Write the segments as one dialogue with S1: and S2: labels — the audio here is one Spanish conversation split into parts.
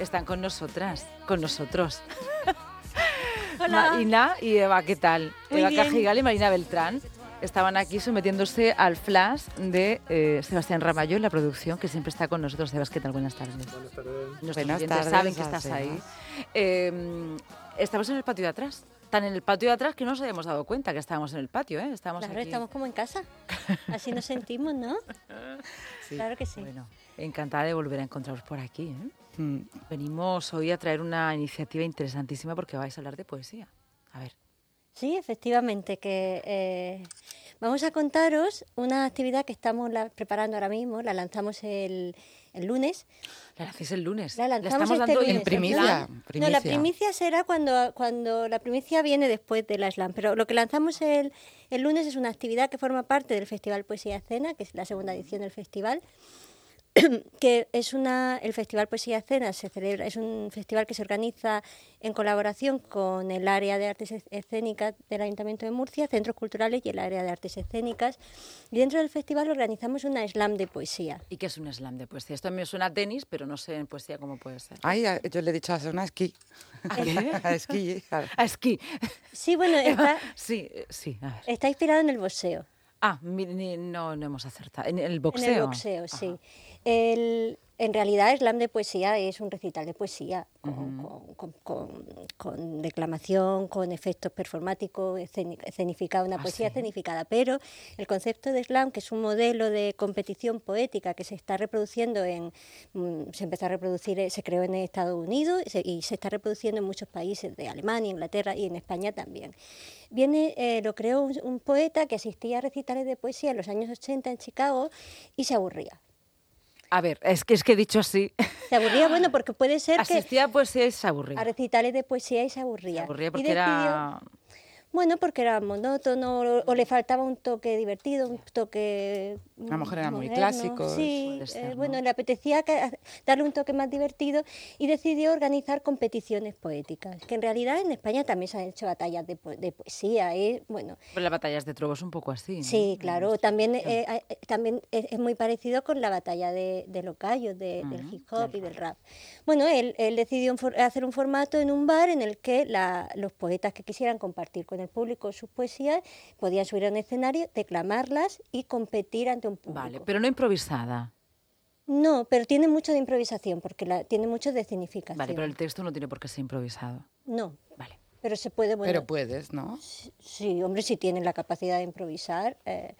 S1: Están con nosotras, con nosotros.
S2: Hola.
S1: Marina y Eva, ¿qué tal?
S2: Muy
S1: Eva
S2: bien.
S1: Cajigal y Marina Beltrán estaban aquí sometiéndose al flash de eh, Sebastián Ramallo en la producción, que siempre está con nosotros. Sebas, ¿qué tal? Buenas tardes. Buenas tardes. Nuestros
S3: Buenas
S1: oyentes
S3: tardes,
S1: saben que estás
S3: Sebas.
S1: ahí. Eh, estamos en el patio de atrás. Tan en el patio de atrás que no nos habíamos dado cuenta que estábamos en el patio, ¿eh? Estábamos
S2: Claro,
S1: aquí.
S2: estamos como en casa. Así nos sentimos, ¿no? Claro que sí.
S1: Bueno, encantada de volver a encontraros por aquí. ¿eh?
S3: Mm.
S1: Venimos hoy a traer una iniciativa interesantísima porque vais a hablar de poesía. A ver,
S2: Sí, efectivamente, que eh, vamos a contaros una actividad que estamos la- preparando ahora mismo, la lanzamos el, el lunes.
S1: la hacéis el lunes.
S2: La lanzamos
S1: estamos
S2: este
S1: dando hoy
S2: lunes.
S3: en primicia,
S2: ¿verdad? No,
S3: primicia.
S2: la primicia será cuando, cuando la primicia viene después de la slam, pero lo que lanzamos el, el lunes es una actividad que forma parte del Festival Poesía Escena, que es la segunda edición del festival. que es una el Festival Poesía Escena se celebra es un festival que se organiza en colaboración con el área de artes Esc- escénicas del Ayuntamiento de Murcia, centros culturales y el área de artes escénicas. Y dentro del festival organizamos una slam de poesía.
S1: ¿Y qué es un slam de poesía? Esto a mí me suena a tenis, pero no sé en poesía cómo puede ser.
S2: Ah,
S3: Ay, a- yo le he dicho a Sona esquí.
S1: ¿A qué?
S3: a esquí, a-
S1: A esquí.
S2: Sí, bueno, está,
S1: Sí, eh, sí, a ver.
S2: está inspirado en el boxeo.
S1: Ah, mi- ni- no, no hemos acertado. En el boxeo.
S2: En el boxeo, sí. El- en realidad, slam de poesía es un recital de poesía, con, con- con- con- con declamación, con efectos performáticos, esceni- escenificada, una
S1: Ah,
S2: poesía
S1: sí.
S2: escenificada. Pero el concepto de slam, que es un modelo de competición poética que se está reproduciendo en. mm, se empezó a reproducir, eh, se creó en Estados Unidos y se, y se está reproduciendo en muchos países de Alemania, Inglaterra y en España también. Viene, eh, lo creó un, un poeta que asistía a recitales de poesía en los años 80 en Chicago y se aburría.
S1: A ver, es que, es que he dicho así.
S2: Se aburría, bueno, porque puede ser que
S1: Asistía a poesía y se
S2: a
S1: aburría.
S2: recitales de poesía y se
S1: Se
S2: aburría.
S1: aburría
S2: Y
S1: porque
S2: decidió-
S1: era...
S2: Bueno, porque era monótono o, o le faltaba un toque divertido, un toque...
S3: lo mejor eran muy
S2: moderno.
S3: clásicos.
S2: Sí,
S1: Puede ser,
S2: eh,
S1: ¿no?
S2: bueno, le apetecía ca- darle un toque más divertido y decidió organizar competiciones poéticas, que en realidad en España también se han hecho batallas de, po- de poesía, ¿eh? bueno,
S1: Pero las batallas de trobo es un poco así. ¿no?
S2: Sí, claro. También, eh, eh, eh, también es, es muy parecido con la batalla de, de los gallos, de- del hip hop y del rap. Bueno, él, él decidió un for- hacer un formato en un bar en el que la- los poetas que quisieran compartir con el público sus poesías podían subir a un escenario, declamarlas y competir ante un público.
S1: Vale, pero no improvisada.
S2: No, pero tiene mucho de improvisación, porque la, tiene mucho de escenificación.
S1: Vale, pero el texto no tiene por qué ser improvisado.
S2: No,
S1: Vale.
S2: pero se puede... Bueno,
S3: Pero puedes, ¿no?
S2: sí, hombre, si tienen la capacidad de improvisar... eh,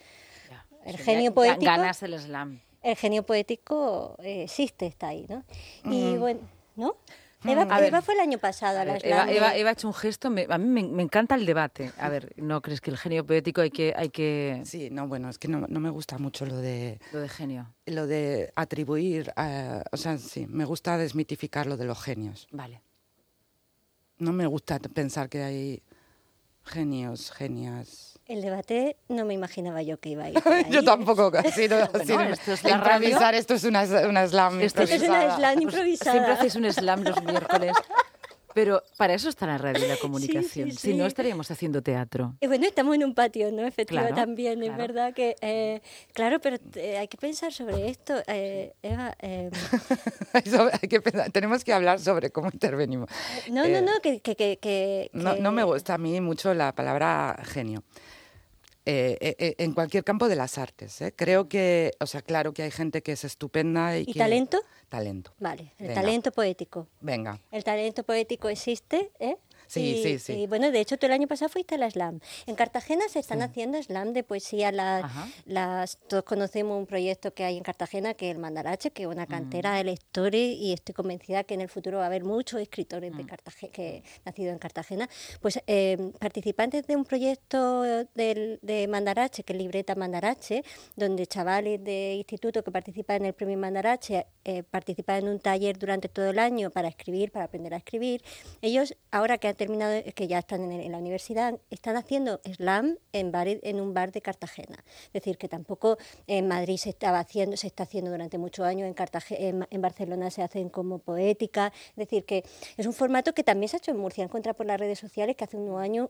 S1: ya.
S2: El
S1: Sí,
S2: genio
S1: ga-
S2: poético-
S1: Ganas el slam.
S2: el genio poético eh, existe, está ahí, ¿no? Y
S3: Mm.
S2: bueno, ¿no? Eva,
S1: A ver.
S2: Eva fue el año pasado a,
S1: A
S2: la
S1: ver,
S2: Slam
S1: Eva,
S2: de-
S3: eh.
S1: Eva- Eva ha hecho un gesto, me- a mí me, me encanta el debate. A ver, ¿no crees que el genio poético hay que... Hay que
S3: Sí, no, bueno, es que no, no me gusta mucho lo de
S1: lo de genio?
S3: lo de atribuir, a- o sea, sí, me gusta desmitificar lo de los genios.
S1: Vale.
S3: No me gusta t- pensar que hay genios, genias.
S2: El debate no me imaginaba yo que iba a ir. por ahí.
S3: Yo tampoco, casi no, así no-
S1: esto es la radio.
S3: improvisar, esto es una, una slam
S1: Esto
S2: es una
S3: improvisada.
S2: slam
S1: Pues
S2: improvisada.
S1: Siempre hacéis un slam los miércoles. Pero para eso está la radio y la comunicación.
S2: sí,
S1: Si no,
S2: sí.
S1: estaríamos haciendo teatro.
S2: Y bueno, estamos en un patio, ¿no? Efectivo
S1: Claro,
S2: también, es
S1: claro.
S2: verdad que... eh, claro, pero eh, hay que pensar sobre esto, eh, Eva. eh,
S3: Eso hay que pensar, tenemos que hablar sobre cómo intervenimos.
S2: no,
S3: Eh,
S2: no, no, que... que, que, que-
S3: No,
S2: que-
S3: no me gusta a mí mucho la palabra genio. Eh, eh, eh, en cualquier campo de las artes. ¿eh? Creo que, o sea, claro que hay gente que es estupenda y,
S2: ¿Y
S3: que-
S2: talento?
S3: Talento.
S2: Vale, el
S3: Venga.
S2: talento poético.
S3: Venga.
S2: El talento poético existe, ¿eh?
S3: Sí,
S2: y,
S3: sí, sí.
S2: Y bueno, de hecho, tú el año pasado fuiste a la SLAM. En Cartagena se están haciendo SLAM de poesía. Las,
S1: Ajá.
S2: las, todos conocemos un proyecto que hay en Cartagena, que es el Mandarache, que es una cantera de lectores, y estoy convencida que en el futuro va a haber muchos escritores de Cartagena, que nacidos en Cartagena. Pues eh, participantes de un proyecto eh, del, de Mandarache, que es Libreta Mandarache, donde chavales de instituto que participan en el premio Mandarache eh, participan en un taller durante todo el año para escribir, para aprender a escribir. Ellos, ahora que han terminado, que ya están en, en la universidad, están haciendo slam en, bares- en un bar de Cartagena. Es decir, que tampoco en Madrid se estaba haciendo, se está haciendo durante muchos años, en, Cartagena, en, en Barcelona se hacen como poética. Es decir, que es un formato que también se ha hecho en Murcia, encontrado por las redes sociales, que hace unos años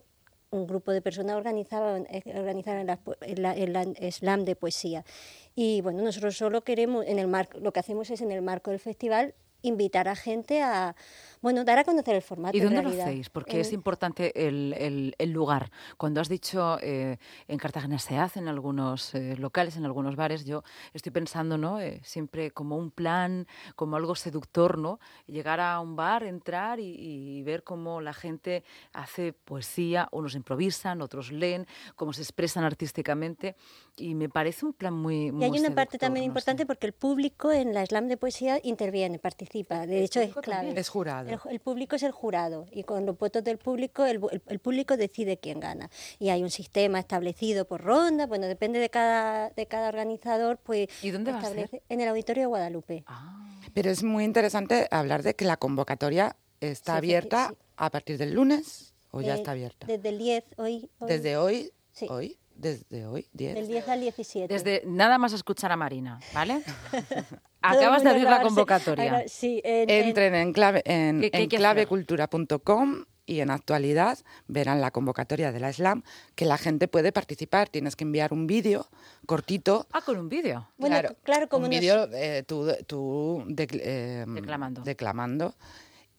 S2: un grupo de personas organizaban, eh, organizaban las po- el, la- el la- slam de poesía. Y bueno, nosotros solo queremos, en el marco, lo que hacemos es en el marco del festival invitar a gente a, bueno, dar a conocer el formato.
S1: ¿Y dónde
S2: en
S1: lo
S2: realidad. Eh,
S1: hacéis? Porque
S2: En-
S1: es importante el, el- el lugar. Cuando has dicho eh, en Cartagena se hace en algunos eh, locales, en algunos bares, yo estoy pensando, ¿no? Eh, siempre como un plan, como algo seductor, ¿no? Llegar a un bar, entrar y, y ver cómo la gente hace poesía, unos improvisan, otros leen, cómo se expresan artísticamente. Y me parece un plan muy.
S2: Y
S1: muy
S2: hay una parte
S1: seductor,
S2: también
S1: no sé.
S2: importante porque el público en la slam de poesía interviene, participa. De hecho, es
S1: público
S2: clave.
S1: también.
S3: Es jurado.
S2: El, ju- el público es el jurado y con los votos del público, el, bu- el- el público decide quién gana. Y hay un sistema establecido por ronda, bueno, depende de cada, de cada organizador, pues.
S1: ¿Y dónde va a ser?
S2: establece- En el Auditorio de Guadalupe.
S1: Ah.
S3: Pero es muy interesante hablar de que la convocatoria está
S2: Sí,
S3: abierta
S2: sí, sí.
S3: a partir del lunes o pues ya
S2: Eh,
S3: está abierta.
S2: Desde el 10, hoy. hoy,
S3: desde hoy,
S2: Sí.
S3: hoy, desde hoy, 10.
S2: Del 10 al 17.
S1: Desde nada más escuchar a Marina, ¿vale?
S2: Todo el
S1: Acabas de
S2: mundo
S1: abrir la
S2: grabarse.
S1: convocatoria.
S2: Ahora, sí, en- en-
S3: Entren en, clave, en,
S1: ¿Qué- qué hay
S3: en
S1: que
S3: clavecultura.com y en actualidad verán la convocatoria de la SLAM que la gente puede participar. Tienes que enviar un vídeo cortito.
S1: Ah, con un vídeo.
S2: Bueno, claro, como
S3: un
S2: nos-
S3: vídeo eh, tú, tú decl- eh,
S1: Declamando.
S3: declamando,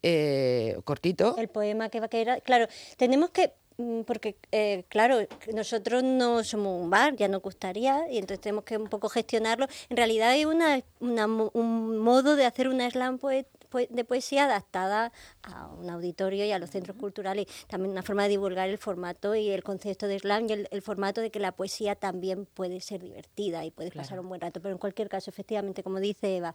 S3: eh, cortito.
S2: El poema que va a quedar. Claro, tenemos que. mm, Porque, eh, claro, nosotros no somos un bar, ya nos gustaría, y entonces tenemos que un poco gestionarlo. En realidad hay una, una mo- un modo de hacer una slam poe- poe- de poesía adaptada a un auditorio y a los centros culturales. También una forma de divulgar el formato y el concepto de slam y el, el formato de que la poesía también puede ser divertida y puedes pasar un buen rato. Pero en cualquier caso, efectivamente, como dice Eva,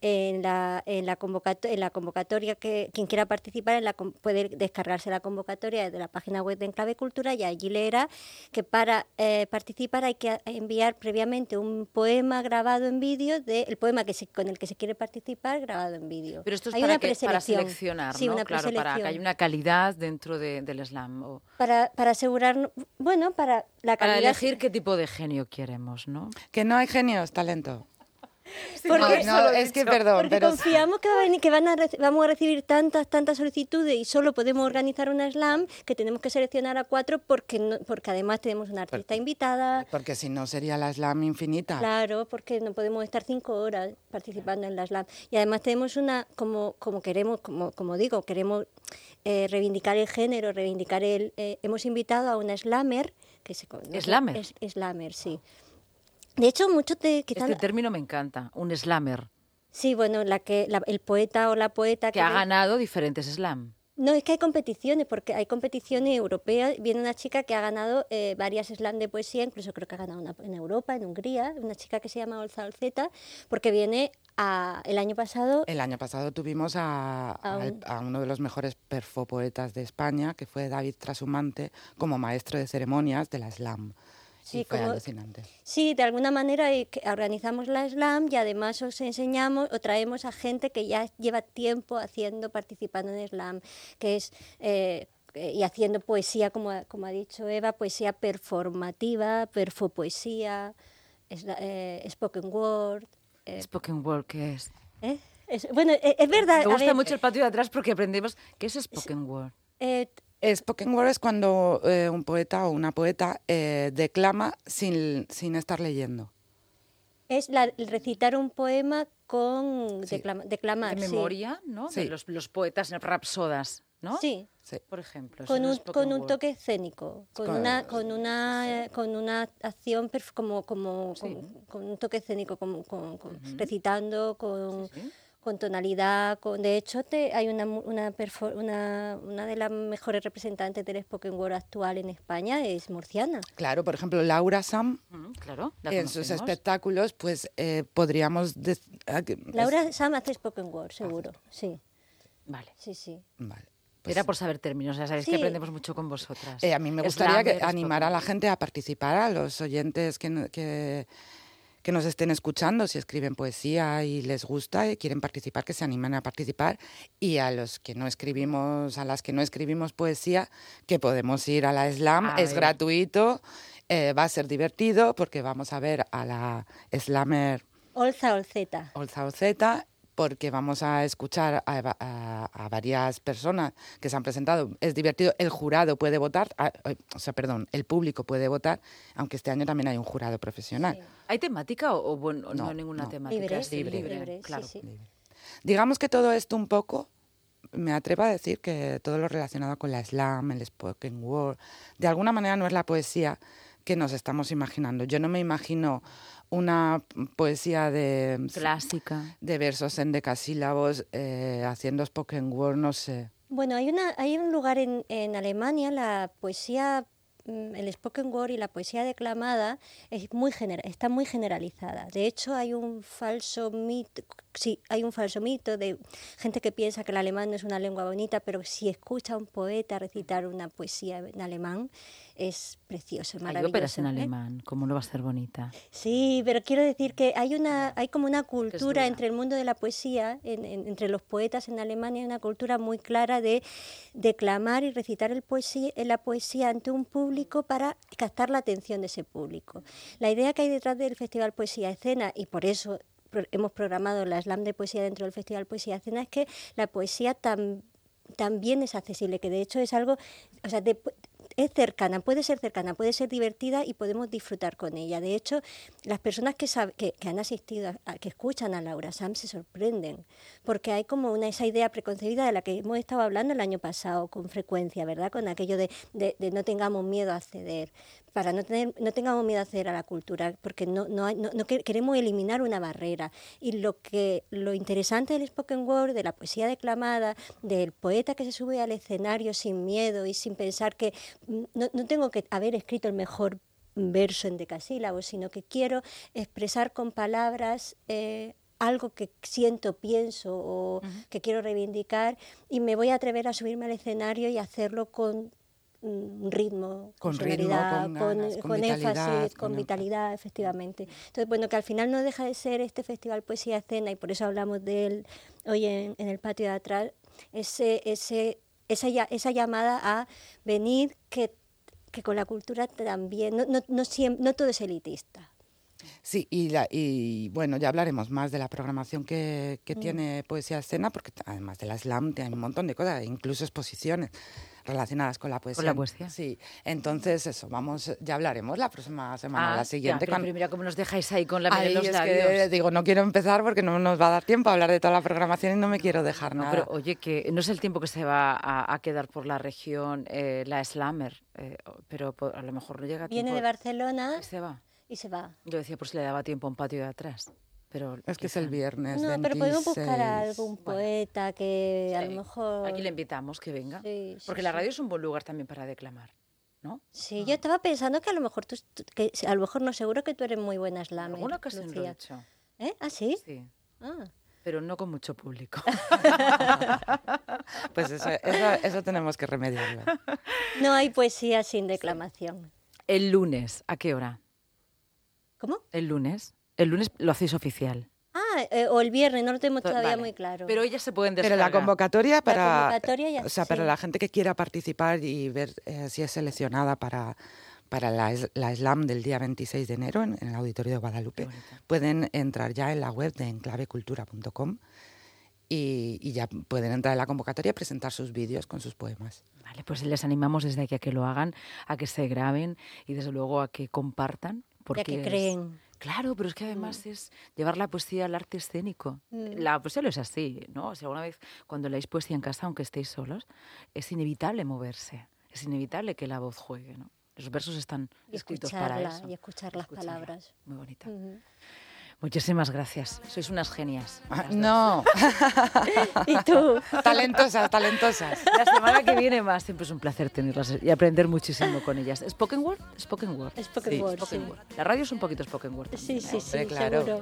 S2: en la, en la, convocato- en la convocatoria que quien quiera participar en la, con- puede descargarse la convocatoria desde la página web de Enclave Cultura y allí leerá que para eh, participar hay que a- enviar previamente un poema grabado en vídeo de el poema que se- con el que se quiere participar grabado en vídeo.
S1: Pero esto es
S2: Hay
S1: para,
S2: una
S1: que- para
S2: preselección.
S1: seleccionar,
S2: Sí,
S1: ¿no?
S2: una
S1: claro, para que
S2: preselección.
S1: haya una calidad dentro de- del slam. o-
S2: para, para asegurar, bueno, para la calidad.
S1: para elegir qué tipo de genio queremos, ¿no?
S3: Que no hay genios, talento.
S2: Porque-
S3: no, no, es que perdón,
S2: Porque
S3: pero
S2: confiamos que, va a venir- que van a reci- vamos a recibir tantas, tantas solicitudes y solo podemos organizar una slam que tenemos que seleccionar a cuatro porque, no- porque además tenemos una artista invitada.
S3: porque si no sería la slam infinita.
S2: Claro, porque no podemos estar cinco horas participando en la slam. Y además tenemos una, como, como queremos, como, como digo, queremos eh, reivindicar el género, reivindicar el... eh, hemos invitado a una slammer, que se conoce-
S1: ¿Slammer?
S2: Es, slammer, sí. De hecho, muchos de... quizás-
S1: Este término me encanta, un slammer,
S2: sí, bueno, la que, la- el poeta o la poeta
S1: que ha
S2: de-
S1: ganado diferentes slam.
S2: No, es que hay competiciones, porque hay competiciones europeas. Viene una chica que ha ganado eh, varias slam de poesía, incluso creo que ha ganado una en Europa, en Hungría, una chica que se llama Olza Olzeta, porque viene a- el año pasado.
S3: El año pasado tuvimos a, al-
S2: un-
S3: a uno de los mejores perfopoetas de España, que fue David Trasumante, como maestro de ceremonias de la SLAM.
S2: Sí,
S3: y fue
S2: como-
S3: alucinante.
S2: Sí, de alguna manera eh, que organizamos la slam y además os enseñamos o traemos a gente que ya lleva tiempo haciendo, participando en slam, que es eh, eh, y haciendo poesía, como ha, como ha dicho Eva, poesía performativa, perfopoesía, es la- eh, spoken word. eh,
S1: Spoken word, ¿qué es?
S2: ¿eh? Es- bueno, eh, es, verdad.
S1: Me
S2: a
S1: gusta
S2: ver,
S1: mucho el patio de atrás porque aprendemos qué es spoken word.
S2: eh,
S3: Spoken word es cuando eh, un poeta o una poeta eh, declama sin, sin estar leyendo.
S2: es la- el recitar un poema con
S3: Sí.
S2: declama- declamar.
S1: De
S2: sí.
S1: memoria, ¿no? De
S3: Sí.
S1: los, los poetas rapsodas, ¿no?
S2: Sí.
S3: Sí.
S1: Por ejemplo. eso
S2: con
S1: es
S2: un,
S1: spoken
S2: con un
S1: word.
S2: toque escénico, con,
S3: Con-
S2: una con una eh, con una acción perf- como como con, con un toque escénico, como con, con- recitando con
S1: Sí, sí.
S2: con tonalidad, con de hecho te, hay una mu- una, perfo- una una de las mejores representantes del spoken word actual en España es murciana.
S3: Claro, por ejemplo, Laura Sam,
S1: Mm, Claro, la
S3: en sus
S1: conocemos.
S3: espectáculos, pues eh, podríamos... dec- ah, que- es-
S2: Laura Sam hace spoken word, seguro.
S1: Ah.
S2: Sí.
S1: Vale.
S2: Sí, sí.
S3: Vale, pues
S1: Era por saber términos, ya sabéis que
S2: Sí.
S1: aprendemos mucho con vosotras.
S3: Eh, a mí me gustaría que animar a la gente a participar, a los oyentes que, no- que, que nos estén escuchando, si escriben poesía y les gusta y quieren participar, que se animen a participar. Y a los que no escribimos, a las que no escribimos poesía, que podemos ir a la slam,
S1: A
S3: es
S1: ver.
S3: gratuito, eh, va a ser divertido porque vamos a ver a la slammer
S2: Olza Olzeta.
S3: Olza Oceta, porque vamos a escuchar a, va- a- a varias personas que se han presentado. Es divertido, el jurado puede votar, a- a- o sea, perdón, el público puede votar, aunque este año también hay un jurado profesional.
S1: ¿Hay temática o, o bueno, no,
S3: No,
S1: ninguna
S3: no.
S1: temática?
S2: Libre,
S1: Es
S2: libre, libre, sí,
S1: claro.
S2: sí.
S3: Digamos que todo esto un poco, me atrevo a decir que todo lo relacionado con la slam, el spoken word, de alguna manera no es la poesía que nos estamos imaginando. Yo no me imagino una poesía de...
S1: Clásica.
S3: De versos en decasílabos, eh, haciendo spoken word, no sé.
S2: Bueno, hay, una, hay un lugar en, en Alemania, la poesía mm, el spoken word y la poesía declamada es muy gener está muy generalizada. De hecho, hay un falso mito, sí, hay un falso mito de gente que piensa que el alemán no es una lengua bonita, pero si escucha a un poeta recitar una poesía en alemán, es precioso, maravilloso.
S1: Hay óperas en ¿eh? alemán, ¿cómo no va a ser bonita?
S2: Sí, pero quiero decir que hay una hay como una cultura entre el mundo de la poesía, en, en, entre los poetas en Alemania, hay una cultura muy clara de declamar y recitar el poesía, la poesía ante un público para captar la atención de ese público. La idea que hay detrás del Festival Poesía Escena, y por eso pro hemos programado la slam de poesía dentro del Festival Poesía Escena, es que la poesía tam también es accesible, que de hecho es algo, o sea, de, es cercana, puede ser cercana, puede ser divertida y podemos disfrutar con ella. De hecho, las personas que, que, que, han asistido, a, a, que escuchan a Laura Sam, se sorprenden, porque hay como una, esa idea preconcebida de la que hemos estado hablando el año pasado con frecuencia, ¿verdad? Con aquello de, de, de no tengamos miedo a acceder, para no, tener, no tengamos miedo a acceder a la cultura, porque no, no, hay, no, no queremos eliminar una barrera. Y lo, que, lo interesante del spoken word, de la poesía declamada, del poeta que se sube al escenario sin miedo y sin pensar que mm, no, no, tengo que haber escrito el mejor verso en decasílabos, sino que quiero expresar con palabras eh, algo que siento, pienso o uh -huh. que quiero reivindicar y me voy a atrever a subirme al escenario y hacerlo con mm, ritmo,
S3: con, ritmo, con, em- ganas,
S2: con, con énfasis, con, vitalidad, efectivamente. Entonces, bueno, que al final no deja de ser este festival poesía escena y por eso hablamos de él hoy en, en el patio de atrás, ese, ese esa, esa, llamada a venir que, que con la cultura también, no, no, no, siempre, no todo es elitista.
S3: Sí, y, la, y, bueno, ya hablaremos más de la programación que, que mm. tiene Poesía Escena, porque además de la slam hay un montón de cosas, incluso exposiciones relacionadas con la poesía.
S1: Con la poesía.
S3: Sí. Entonces, eso, vamos, ya hablaremos la próxima semana, ah, la siguiente.
S1: Ya, pero mira cómo nos dejáis ahí con la miel en los labios.
S3: Que, digo, no quiero empezar porque no nos va a dar tiempo a hablar de toda la programación y no me quiero dejar
S1: no,
S3: nada.
S1: Pero oye, que no es el tiempo que se va a, a quedar por la región eh, la Slammer, eh, pero por, a lo mejor no llega a
S2: tiempo. Viene de Barcelona.
S1: Se va.
S2: Y se va.
S1: Yo decía, pues le daba tiempo a un patio de atrás. Pero
S3: es que quizá. es el viernes.
S2: No,
S3: 26.
S2: pero podemos buscar a algún poeta bueno, que a sí. lo mejor.
S1: Aquí le invitamos que venga. Sí, sí, porque la radio es un buen lugar también para declamar. ¿No?
S2: Sí, ah. yo estaba pensando que a lo mejor tú, que a lo mejor no seguro que tú eres muy buena slam.
S1: Alguna ocasión lo he hecho.
S2: ¿Eh? ¿Ah, sí?
S1: Sí.
S2: Ah.
S1: Pero no con mucho público.
S3: pues eso, eso, eso, tenemos que remediarlo.
S2: No hay poesía sin declamación.
S1: El lunes, ¿a qué hora?
S2: ¿Cómo?
S1: El lunes. El lunes lo hacéis oficial.
S2: Ah, eh, o el viernes, no lo tenemos todavía vale. muy claro.
S1: Pero ellas se pueden descargar.
S3: Pero la convocatoria para,
S2: la convocatoria ya,
S3: o sea,
S2: sí.
S3: para la gente que quiera participar y ver eh, si es seleccionada para, para la, la SLAM del día 26 de enero en, en el Auditorio de Guadalupe, pueden entrar ya en la web de enclavecultura.com y, y ya pueden entrar en la convocatoria y presentar sus vídeos con sus poemas.
S1: Vale, pues les animamos desde aquí a que lo hagan, a que se graben y desde luego a que compartan. Porque
S2: a que creen.
S1: Claro, pero es que además mm. es llevar la poesía al arte escénico. Mm. La poesía lo es así, ¿no? O si sea, alguna vez cuando leéis poesía en casa, aunque estéis solos, es inevitable moverse, es inevitable que la voz juegue, ¿no? Los versos están
S2: y
S1: escritos para eso.
S2: Y escuchar las escucharla. palabras.
S1: Muy bonita. Mm -hmm. Muchísimas gracias. Sois unas genias.
S3: Ah, no.
S2: ¿Y tú?
S3: Talentosas, talentosas.
S1: La semana que viene más. Siempre es un placer tenerlas y aprender muchísimo con ellas. ¿Spoken Word? Spoken Word.
S2: Spoken, sí, word,
S1: spoken
S2: sí.
S1: word. ¿eh? La radio es un poquito Spoken Word.
S2: También, sí, sí, ¿no? sí, claro. Seguro.